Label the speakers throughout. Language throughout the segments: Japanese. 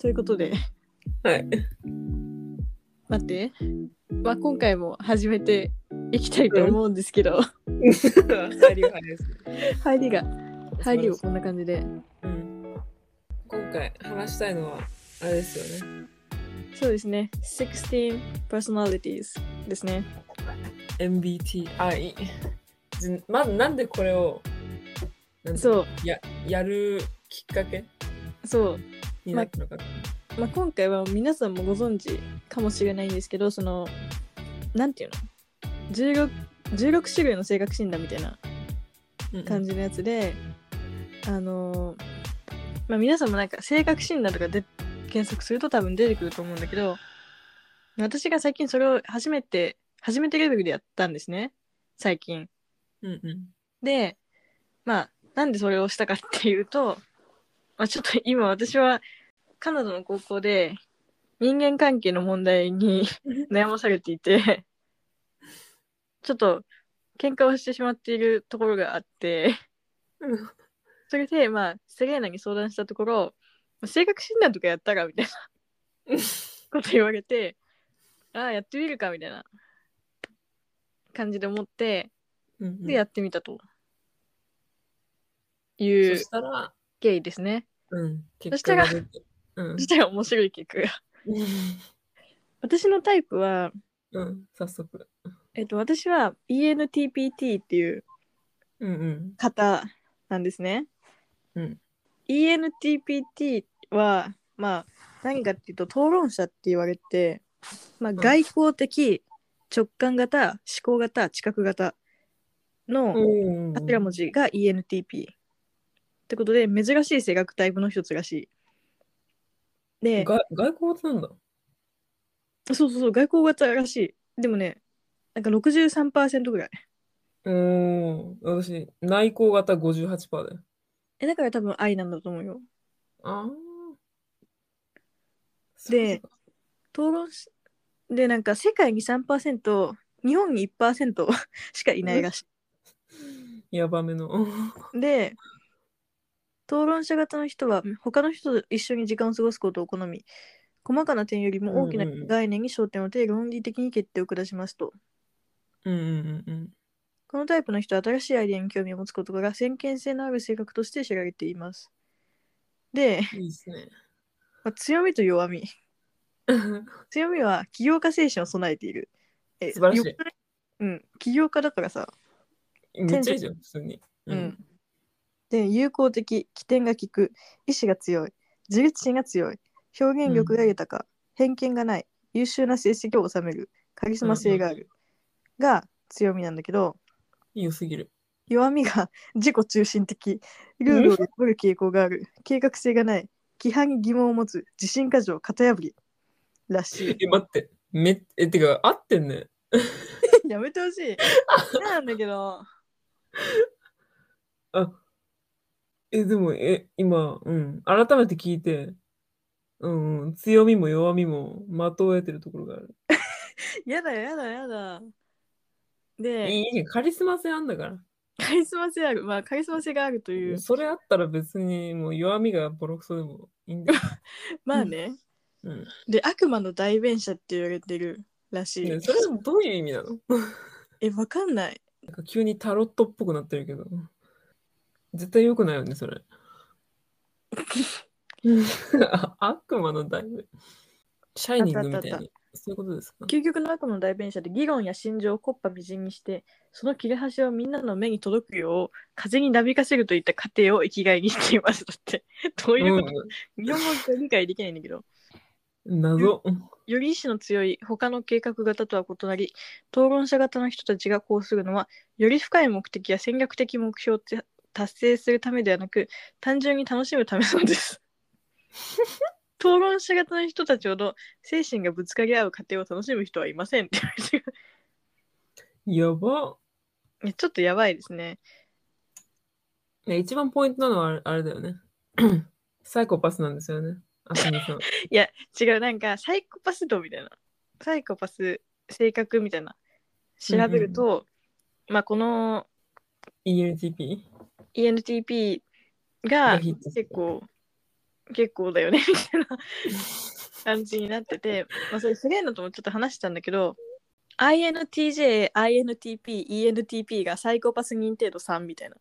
Speaker 1: ということで、
Speaker 2: はい。
Speaker 1: 待って。まあ、今回も始めていきたいと思うんですけど、
Speaker 2: 入りは入りです。
Speaker 1: 入りが、入りをこんな感じで。
Speaker 2: うん。今回話したいのは、あれですよね。
Speaker 1: そうですね。16 personalities ですね。
Speaker 2: MBTI。ずまずなんでこれを、なんて
Speaker 1: そ
Speaker 2: ややるきっかけ
Speaker 1: う、そう。
Speaker 2: になったのか。
Speaker 1: まあ、今回は皆さんもご存知かもしれないんですけどそのなんていうの 16, 16種類の性格診断みたいな
Speaker 2: うん
Speaker 1: 感じのやつで、あのーまあ、皆さんもなんか性格診断とかで検索すると多分出てくると思うんだけど私が最近それを初めて初めてレベルでやったんですね最近。
Speaker 2: うんうん。
Speaker 1: でまあなんでそれをしたかっていうと、まあ、ちょっと今私はカナダの高校で人間関係の問題に悩まされていてちょっと喧嘩をしてしまっているところがあって
Speaker 2: うん
Speaker 1: それでまあセレーナに相談したところ性格診断とかやったらみたいなこと言われてああやってみるかみたいな感じで思って
Speaker 2: うん。
Speaker 1: でやってみたとい
Speaker 2: そうしたら、
Speaker 1: 経緯ですね。
Speaker 2: うん。
Speaker 1: そ
Speaker 2: 結
Speaker 1: した
Speaker 2: 果
Speaker 1: ら
Speaker 2: が出て。う
Speaker 1: そ。
Speaker 2: ん
Speaker 1: したら面白い結果が。私のタイプは、
Speaker 2: うん。早速。
Speaker 1: えっと、私は ENTPT っていう
Speaker 2: うんうん。
Speaker 1: 方なんですね。
Speaker 2: うん
Speaker 1: ENTPT は、まあ、何かっていうと、討論者って言われて、まあ、外交的、直感型、思考型、知覚型の
Speaker 2: おー
Speaker 1: 頭文字が ENTP。ってことで、珍しい性格タイプの一つらしい。で、
Speaker 2: が外交ってなんだ。
Speaker 1: そうそうそう、外交型らしい。でもね、なんか63%ぐらい。
Speaker 2: おお、私、内向型58%だよ。
Speaker 1: え、だから多分愛なんだと思うよ。
Speaker 2: ああ。
Speaker 1: で討論し、で、なんか世界に3%、日本に1%し かいないらし
Speaker 2: やばめの。
Speaker 1: い。で、討論者型の人は他の人と一緒に時間を過ごすことを好み、細かな点よりも大きな
Speaker 2: うんうんうん
Speaker 1: 概念に焦点を当て、論理的に決定を下しますと。
Speaker 2: うんうんうん
Speaker 1: このタイプの人は新しいアイデアに興味を持つことから先見性のある性格として知られています。で、
Speaker 2: うん。いいですね。
Speaker 1: まあ、強みと弱み。強みは起業家精神を備えている。え
Speaker 2: 素晴らしい
Speaker 1: よくなうん、起業家だからさ。
Speaker 2: めっちゃいいじゃん、普通に。
Speaker 1: うん。。で、友好的、起点が利く、意志が強い、自立心が強い、表現力が豊か、偏見がない、優秀な成績を収める、カリスマ性がある、が強みなんだけど、
Speaker 2: 良すぎる。
Speaker 1: 弱みが 自己中心的、ルールを破る傾向がある、計画性がない、規範に疑問を持つ、自信過剰、型破りらしい。
Speaker 2: え、待って。めえ、てか、合ってんね。
Speaker 1: やめてほしい。なんだけど。
Speaker 2: あ。え、でも、え、今、うん。改めて聞いて、うんうん、強みも弱みも的を得てるところがある。
Speaker 1: やだやだやだ。で、
Speaker 2: いいじゃんカリスマ性あんだから。
Speaker 1: カリスマ性ある、まあカリスマ性があるという、
Speaker 2: それあったら別にもう弱みがボロクソでもいいんだよ。
Speaker 1: まあね、
Speaker 2: うん、
Speaker 1: で、悪魔の代弁者って言われてるらしい。
Speaker 2: ねそれはどういう意味なの
Speaker 1: え、わかんない。
Speaker 2: なんか急にタロットっぽくなってるけど。絶対良くないよね、それ。 あ悪魔の代弁。シャイニングみたい
Speaker 1: あったあったあっ
Speaker 2: に。そういうことですか
Speaker 1: 究極の悪魔の代弁者で議論や心情を木っ端みじんにして、その切れ端をみんなの目に届くよう、風になびかせるといった過程を生きがいにしています。だって、どういうこと、日本語が理解できないんだけど。
Speaker 2: うん、謎。
Speaker 1: より意志の強い他の計画型とは異なり、討論者型の人たちがこうするのは、より深い目的や戦略的目標をて達成するためではなく、単純に楽しむためなのです。討論者型の人たちほど精神がぶつかり合う過程を楽しむ人はいませんって言われてる
Speaker 2: やば。
Speaker 1: いやちょっとやばいですね。
Speaker 2: ね一番ポイントなのはあれあれだよね。 サイコパスなんですよね。あすみさん。
Speaker 1: いや、違う、なんかサイコパス度みたいな、サイコパス性格みたいな、調べると、まあこの
Speaker 2: ENTP?
Speaker 1: ENTP
Speaker 2: が
Speaker 1: が
Speaker 2: ヒットする
Speaker 1: 結構結構だよねみたいな感じになってて、まあ、それすげえなと思ってちょっと話したんだけど INTJ、INTP、ENTP がサイコパス認定度3みたいな。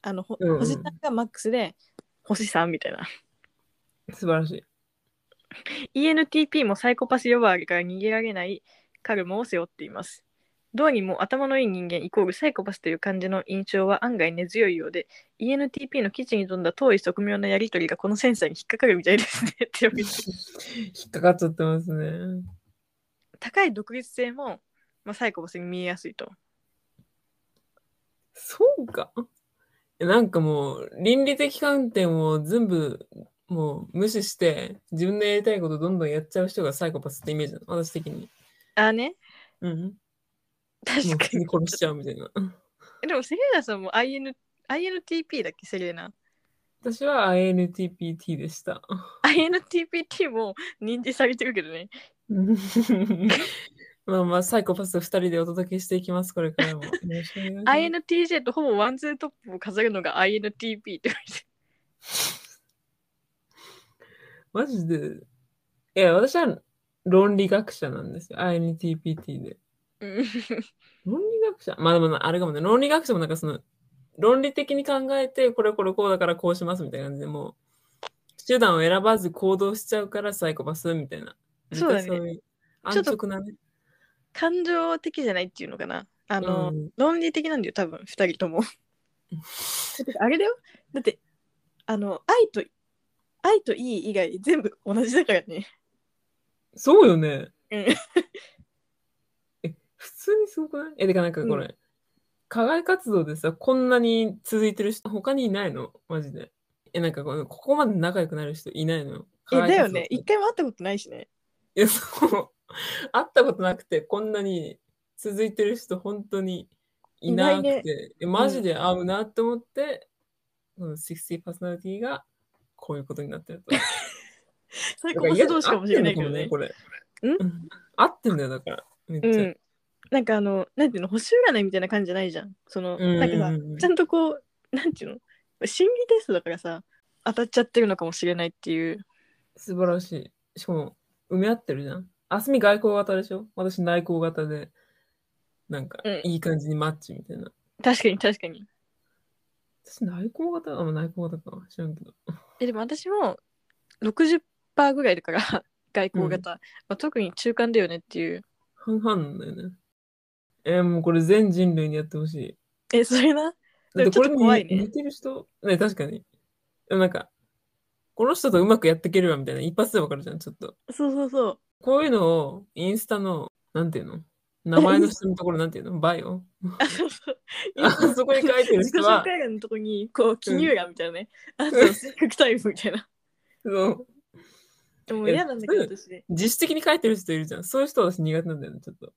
Speaker 1: あの、ほ
Speaker 2: うんうん
Speaker 1: 星3がマックスで星3みたいな。
Speaker 2: 素晴らしい。
Speaker 1: ENTP もサイコパス呼ばわりから逃げられないカルマを背負っています。どうにも頭のいい人間イコールサイコパスという感じの印象は案外根強いようで ENTP の基地に富んだ遠い側面のやりとりがこのセンサーに引っかかるみたいですねって言われ て
Speaker 2: 引っかかっちゃってますね。
Speaker 1: 高い独立性も、まあ、サイコパスに見えやすいと。
Speaker 2: そうか。なんかもう、倫理的観点を全部、もう無視して、自分でやりたいことどんどんやっちゃう人がサイコパスってイメージなの、私的に。
Speaker 1: ああね
Speaker 2: うん。もう
Speaker 1: 確か
Speaker 2: 普通
Speaker 1: に
Speaker 2: に殺しちゃうみたいな。
Speaker 1: でもセレーナさんも IN INTP だっけセレーナ
Speaker 2: 私は INTPT で した。
Speaker 1: INTPT も認知されてるけどね
Speaker 2: まあまあ、サイコパス2人でお届けしていきます、これからも。よろしくお願いします
Speaker 1: INTJ とほぼワンツートップを飾るのが INTP って言わ れて
Speaker 2: マジで。いや、私は論理学者なんですよ。INTPT で。
Speaker 1: うん
Speaker 2: 論理学者まあでもな、あれかもね。論理学者もなんかその、論理的に考えて、これこれこうだからこうしますみたいな感じで、もう、手段を選ばず行動しちゃうからサイコパスみたいな。
Speaker 1: そうだね
Speaker 2: 絶対いう
Speaker 1: ちょっと
Speaker 2: 安直なね。
Speaker 1: 感情的じゃないっていうのかなあの、
Speaker 2: うん
Speaker 1: 論理的なんだよ多分2人とも あれだよだってあの愛と愛といい以外全部同じだからね
Speaker 2: そうよね。
Speaker 1: うん
Speaker 2: 普通にすごくないえ、てかなんかこれ、課外活動でさ、こんなに続いてる人、他にいないのマジで。え、なんかこのここまで仲良くなる人いないのよ。
Speaker 1: えだよ
Speaker 2: 課外活動
Speaker 1: ね一回も会ったことないし ね
Speaker 2: いや、そう。 会ったことなくて、こんなに続いてる人、本当にいなく
Speaker 1: いない
Speaker 2: て、えマジで合うなって思って、この60パーソナリティがこういうことになっ てると。
Speaker 1: サイコパス同士かもしれないけど
Speaker 2: 合っ
Speaker 1: ね
Speaker 2: てんのかもねこれ。うん合ってんだよ、だから。めっちゃ。
Speaker 1: うんなんかあのなんていうの星占いみたいな感じじゃないじゃんその
Speaker 2: うん
Speaker 1: なんかさちゃんとこうなんていうの心理テストだからさ当たっちゃってるのかもしれないっていう
Speaker 2: 素晴らしい。しかも、埋め合ってるじゃん。あすみ外交型でしょ私内向型で、なんか
Speaker 1: うん、
Speaker 2: いい感じにマッチみたいな。
Speaker 1: 確かに確かに
Speaker 2: 私内向型あ、まあ内向型か。知らんけど。
Speaker 1: えでも私も60%ぐらいだから 外交型、まあ、特に中間だよねっていう
Speaker 2: 半々なんだよね。えーもうこれ全人類にやってほしい。
Speaker 1: えそれな
Speaker 2: だ
Speaker 1: でも
Speaker 2: ってこれ
Speaker 1: ちょっと
Speaker 2: に
Speaker 1: 怖いね
Speaker 2: 似てる人、ね、確かに。でもなんか、この人とうまくやっていけるわみたいな一発でわかるじゃん、ちょっと。
Speaker 1: そうそうそう
Speaker 2: こういうのをインスタの、なんていうの名前の下のところなんていうのバイ オ
Speaker 1: あ そうそう
Speaker 2: あそこに書いてる
Speaker 1: 自己紹
Speaker 2: 人 は、
Speaker 1: 介欄のとこにこう記入欄みたいなね、あと性格タイプみたいな
Speaker 2: そう
Speaker 1: でも嫌なんだけど
Speaker 2: え
Speaker 1: 私
Speaker 2: 自主的に書いてる人いるじゃん。そういう人は私苦手なんだよね、ちょっと。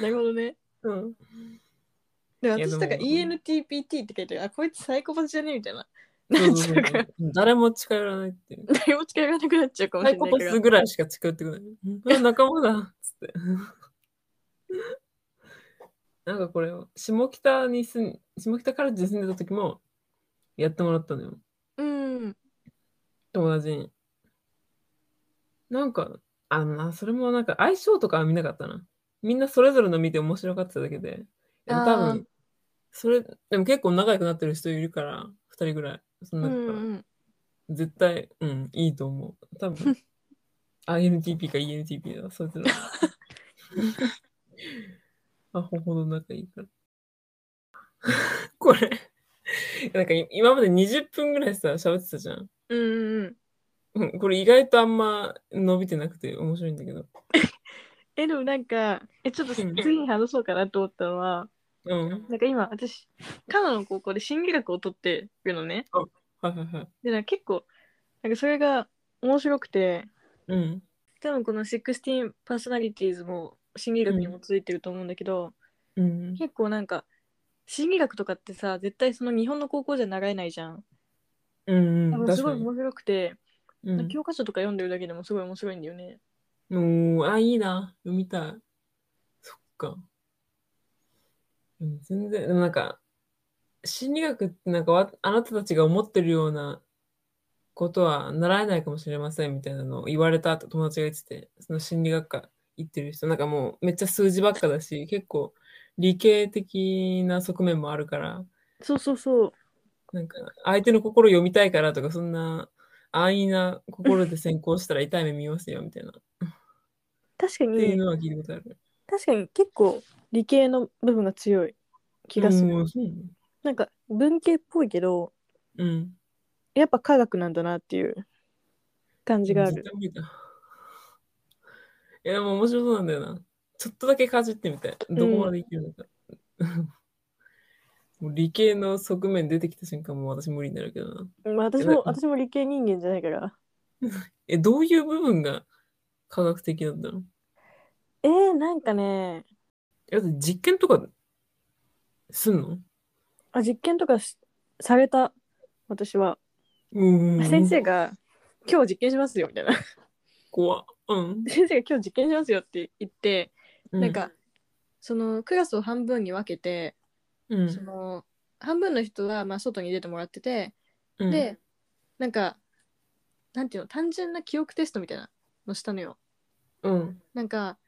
Speaker 1: なるほどね
Speaker 2: うん。
Speaker 1: で
Speaker 2: いや
Speaker 1: 私とか
Speaker 2: でも
Speaker 1: ENTPT って書いてるあこいつサイコパスじゃねみたいな
Speaker 2: そ
Speaker 1: なん
Speaker 2: う
Speaker 1: ち
Speaker 2: そ
Speaker 1: ゃ
Speaker 2: う
Speaker 1: うから
Speaker 2: そう誰も近寄らないっていう。
Speaker 1: 誰も近寄らなくなっちゃうかも
Speaker 2: サ
Speaker 1: し
Speaker 2: イ
Speaker 1: れ
Speaker 2: コ
Speaker 1: ない
Speaker 2: パ
Speaker 1: から
Speaker 2: スぐらいしか近寄ってこない。 うんあ仲間だっつって。 なんかこれを、下北に住ん、下北から住んでた時も、やってもらったのよ。
Speaker 1: うん
Speaker 2: 友達に。なんか、あのな、それもなんか相性とかは見なかったな。みんなそれぞれの見て面白かっただけで。でも多
Speaker 1: あー
Speaker 2: 分、それ、でも結構仲良くなってる人いるから、二人ぐらい。そ
Speaker 1: うんん
Speaker 2: な中
Speaker 1: う
Speaker 2: から。
Speaker 1: ん
Speaker 2: 絶対、うん、いいと思う。多分 INTP か ENTP だ、そいつら。あ、ほほど仲いいから。 これ、なんかい今まで20分ぐらいさ、喋ってたじゃん。
Speaker 1: うんうんうん
Speaker 2: うんこれ意外とあんま伸びてなくて面白いんだけど。
Speaker 1: えでもなんかえちょっと
Speaker 2: うん
Speaker 1: 次に話そうかなと思ったのは
Speaker 2: うん。
Speaker 1: なんか今私カナダの高校で心理学を取ってるのね
Speaker 2: はいはいはい。
Speaker 1: でなんか結構なんかそれが面白くて
Speaker 2: うん。
Speaker 1: 多分この16パーソナリティーズも心理学にもついてると思うんだけど、
Speaker 2: うん。
Speaker 1: 結構なんか心理学とかってさ絶対その日本の高校じゃ習えないじゃん
Speaker 2: うん
Speaker 1: 多
Speaker 2: うん。
Speaker 1: 分す
Speaker 2: 確
Speaker 1: ご
Speaker 2: か
Speaker 1: い
Speaker 2: に。
Speaker 1: 面白くて、
Speaker 2: うん
Speaker 1: 教科書とか読んでるだけでもすごい面白いんだよね。
Speaker 2: おー、あ、いいな。読みたい。そっか。うん全然、でもなんか、心理学ってなんかわ、あなたたちが思ってるようなことは習えないかもしれませんみたいなのを言われたと友達が言ってて、その心理学科行ってる人、なんかもうめっちゃ数字ばっかだし、結構理系的な側面もあるから、
Speaker 1: そうそうそう。
Speaker 2: なんか相手の心読みたいからとか、そんな安易な心で先行したら痛い目見ますよみたいな、
Speaker 1: 確か
Speaker 2: っていう
Speaker 1: に、
Speaker 2: のは聞いたことある。
Speaker 1: 確かに結構理系の部分が強い気がする。
Speaker 2: うんそうなの
Speaker 1: なんか文系っぽいけど、
Speaker 2: うん。
Speaker 1: やっぱ科学なんだなっていう感じがある。
Speaker 2: 絶対無理だ。いや、でも面白そうなんだよな。ちょっとだけかじってみたい。どこまでいけるのか。 もう理系の側面出てきた瞬間、もう私無理になるけどな。
Speaker 1: まあ、私
Speaker 2: えな
Speaker 1: も私も理系人間じゃないから。
Speaker 2: え、どういう部分が科学的なんだろう
Speaker 1: えー、なんかね、
Speaker 2: え、だって実験とかすんの
Speaker 1: あ実験とかしされた私は、
Speaker 2: うん。
Speaker 1: 先生が「今日実験しますよ」みたいな
Speaker 2: 怖っうん。
Speaker 1: 先生が「今日実験しますよ」って言って、
Speaker 2: う
Speaker 1: なん、かそのクラスを半分に分けて、
Speaker 2: うん
Speaker 1: その半分の人はまあ外に出てもらってて、
Speaker 2: うん、
Speaker 1: でなんかなんていうの単純な記憶テストみたいなのしたのよ。
Speaker 2: うん。
Speaker 1: なんか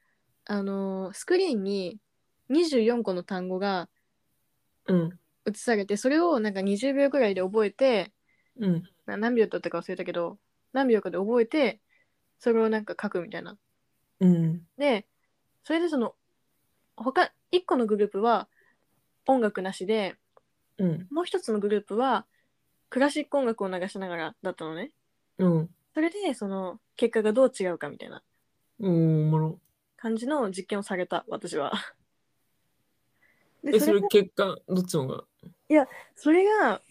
Speaker 1: あのースクリーンに24個の単語が
Speaker 2: うん。
Speaker 1: 映されてそれをなんか20秒ぐらいで覚えて
Speaker 2: うん。
Speaker 1: な何秒だったか忘れたけど何秒かで覚えてそれをなんか書くみたいな。
Speaker 2: うん。
Speaker 1: でそれでその他1個のグループは音楽なしで
Speaker 2: うん。
Speaker 1: もう一つのグループはクラシック音楽を流しながらだったのね。
Speaker 2: うん。
Speaker 1: それでその結果がどう違うかみたいな
Speaker 2: うん。おもろ。
Speaker 1: 感じの実験をされた私は。で
Speaker 2: え、
Speaker 1: そ
Speaker 2: そ
Speaker 1: れ
Speaker 2: れ結果、どっちの方が
Speaker 1: それが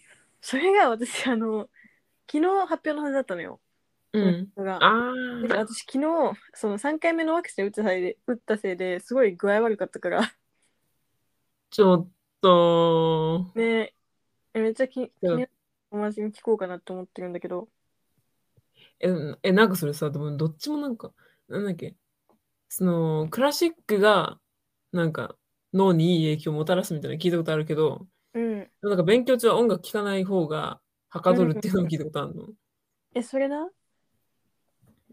Speaker 1: それが私あの昨日発表のはずだったのよ。
Speaker 2: うん。
Speaker 1: が
Speaker 2: あ
Speaker 1: だから
Speaker 2: あ。
Speaker 1: 私昨日その3回目のワクチン打ったせいで打ったせいですごい具合悪かったから
Speaker 2: ちょっと。
Speaker 1: ねえめっちゃき
Speaker 2: うん
Speaker 1: 気に友達に聞こうかなと思ってるんだけど
Speaker 2: え、えなんかそれさ、でもどっちもなんか、なんだっけ、その、クラシックが、なんか、脳にいい影響をもたらすみたいなの聞いたことあるけど、
Speaker 1: うん
Speaker 2: なんか勉強中は音楽聴かない方が、はかどるっていうのを聞いたことあるの。
Speaker 1: えそれな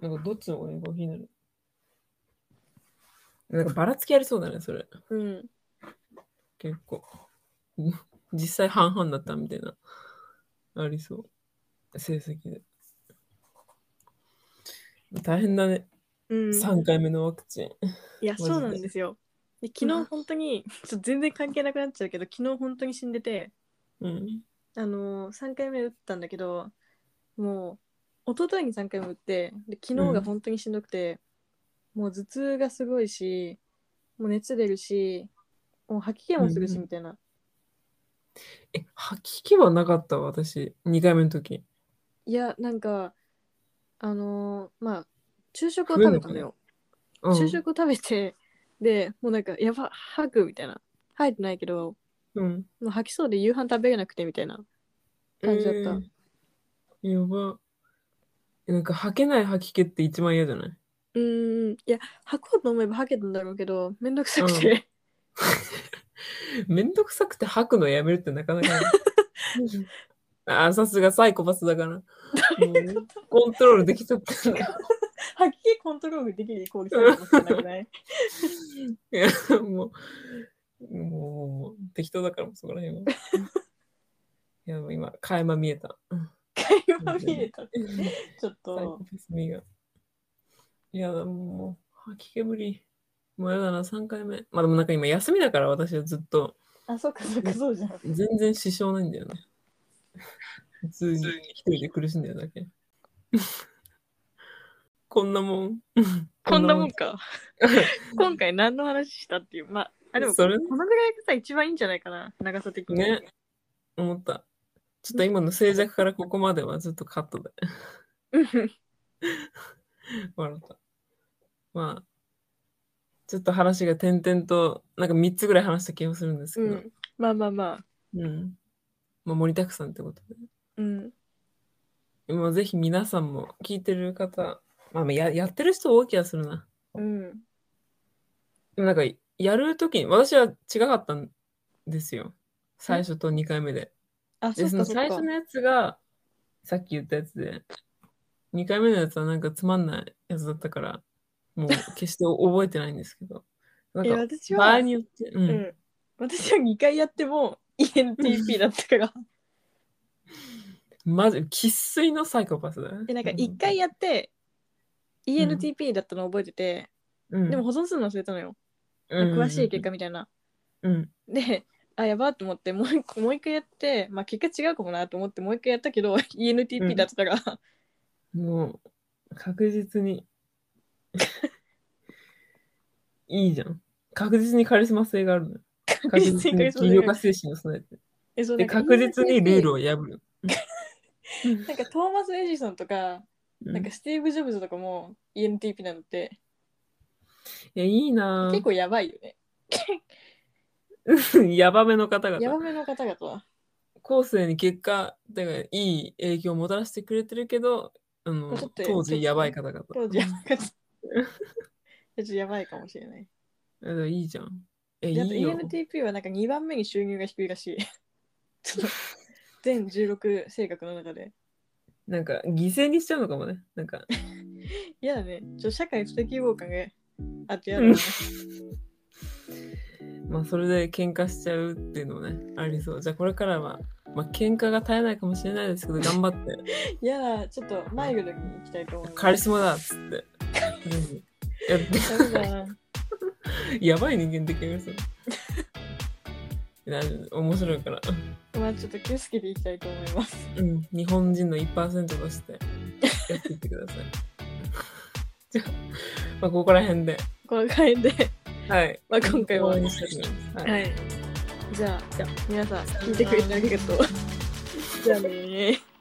Speaker 2: なんかどっちの方がいいか気になる。なんかばらつきありそうだね、それ。
Speaker 1: うん
Speaker 2: 結構。 実際半々だったみたいな。ありそう。成績で。大変だね。
Speaker 1: うん
Speaker 2: 3回目のワクチン。
Speaker 1: いや
Speaker 2: マジで
Speaker 1: そうなんですよで昨
Speaker 2: うん
Speaker 1: 日本当にちょっと全然関係なくなっちゃうけど昨日本当に死んでて
Speaker 2: うん。
Speaker 1: あのー、3回目打ったんだけどもう一昨日に3回目打ってで昨日が本当にしんどくて、もう頭痛がすごいしもう熱出るしもう吐き気もする
Speaker 2: うん
Speaker 1: し
Speaker 2: うん
Speaker 1: みたいな、
Speaker 2: え、吐き気はなかったわ、私。2回目の時。
Speaker 1: いやなんかあのーまあ昼食を食べたのよ
Speaker 2: うん、
Speaker 1: 昼食を食べてでもうなんかやば吐くみたいな吐いてないけど
Speaker 2: うん。
Speaker 1: もう吐きそうで夕飯食べれなくてみたいな感じだった、
Speaker 2: えーやば。えなんか吐けない吐き気って一番嫌じゃないう
Speaker 1: ーんいや吐こうと思えば吐けたんだろうけどめんどくさくて、
Speaker 2: めんどくさくて吐くのやめるってなかな かない。あー、さすがサイコパスだから。もうコントロールできちゃったんだ。
Speaker 1: 吐き気コントロールできるイコールそうかもしれなく ない
Speaker 2: いや、もう、もうもう、もう適当だから、そこ ら辺は。いや、もう今、垣間見えた。
Speaker 1: 会話見れたってちょっ
Speaker 2: サイ
Speaker 1: と
Speaker 2: コパスみが。いやだ、もう、吐き気ぶり。もうやだな、3回目。まあでもなんか今休みだから私はずっと、
Speaker 1: あそっかそっかそうじゃん
Speaker 2: 全然支障ないんだよね。普通に一人で苦しんでるだけ。 こんなもん。
Speaker 1: こんなもんか今回何の話したっていうまああでも
Speaker 2: それね
Speaker 1: このぐらいがさ一番いいんじゃないかな長さ的に
Speaker 2: ね。思った。ちょっと今の静寂からここまではずっとカットで。
Speaker 1: うん
Speaker 2: 笑った。まあ、ちょっと話が点々と、なんか3つぐらい話した気がするんですけ
Speaker 1: う
Speaker 2: ど。
Speaker 1: んまあまあまあ
Speaker 2: うん。まあ、盛りだくさんってこと
Speaker 1: うん
Speaker 2: で。もうぜひ皆さんも聞いてる方、まあ、ややってる人多い気がするな。
Speaker 1: うん
Speaker 2: でもなんか、やるときに、私は違かったんですよ。最初と2回目で。
Speaker 1: あそ
Speaker 2: で、
Speaker 1: っ
Speaker 2: そ
Speaker 1: か
Speaker 2: の
Speaker 1: そっ
Speaker 2: 最初
Speaker 1: か
Speaker 2: のやつが、さっき言ったやつで。2回目のやつはなんかつまんないやつだったから、もう決して覚えてないんですけど。ない
Speaker 1: や
Speaker 2: んか
Speaker 1: 私
Speaker 2: 場合
Speaker 1: は、
Speaker 2: によって、う。
Speaker 1: うんん、私は2回やっても ENTP だったから
Speaker 2: まず、生粋のサイコパスだね。
Speaker 1: でなんか1回やって
Speaker 2: ん
Speaker 1: ENTP だったの覚えてて、
Speaker 2: うん、
Speaker 1: でも保存するの忘れたのよ、
Speaker 2: うん、
Speaker 1: 詳しい結果みたいな
Speaker 2: うん。
Speaker 1: であやばーと思ってもう一個もう一回やってまあ結果違うかもなと思ってもう一回やったけど ENTP だったから、
Speaker 2: もう、確実に。 いいじゃん。確実にカリスマ性があるのよ。
Speaker 1: 確実にカリスマ性がある
Speaker 2: 起業家精神を備えて。
Speaker 1: えそう
Speaker 2: で、確実にルール
Speaker 1: を
Speaker 2: を破る。
Speaker 1: なんかトーマス・エジソンとか
Speaker 2: うん
Speaker 1: なんか
Speaker 2: い
Speaker 1: スティーブ・ジョブズとかも ENTP なのって
Speaker 2: や、いいな
Speaker 1: 結構やばいよね。
Speaker 2: ぁやばめの方
Speaker 1: やば
Speaker 2: 々。
Speaker 1: めの方々は。
Speaker 2: 後世に結果、だからいい影響をもたらしてくれてるけど、あの
Speaker 1: ちょっと
Speaker 2: 当時やばい方々。
Speaker 1: 当時やばか った。ちょっとやばいかもしれない。
Speaker 2: うんだからいいじゃん。え、い
Speaker 1: であと
Speaker 2: いよ。
Speaker 1: ENTP はなんか2番目に収入が低いらしい。 ちょっと全16性格の中で。
Speaker 2: なんか、犠牲にしちゃうのかもね。なんか、
Speaker 1: 嫌だね。ちょっと社会不適合感があって嫌だね。
Speaker 2: まあそれで喧嘩しちゃうっていうのもねありそうじゃあこれからは、まあ喧嘩が絶えないかもしれないですけど頑張って
Speaker 1: 嫌だ、ちょっとマイルドに行きたいと思います。
Speaker 2: カリスマだっつってうんやって
Speaker 1: ダメだな
Speaker 2: やばい人間できるそう大丈夫面白いから、
Speaker 1: まあちょっと気をつけていきたいと思います。
Speaker 2: うん、日本人の1%としてやっていってください じゃあ、まあ、ここら辺で、
Speaker 1: この回で、
Speaker 2: はい
Speaker 1: まあ今回は
Speaker 2: 終わりにしたいと思いますはい
Speaker 1: い。じゃあ、
Speaker 2: じゃあ
Speaker 1: 皆さん、聞いてくれてありがとう。じゃあねー。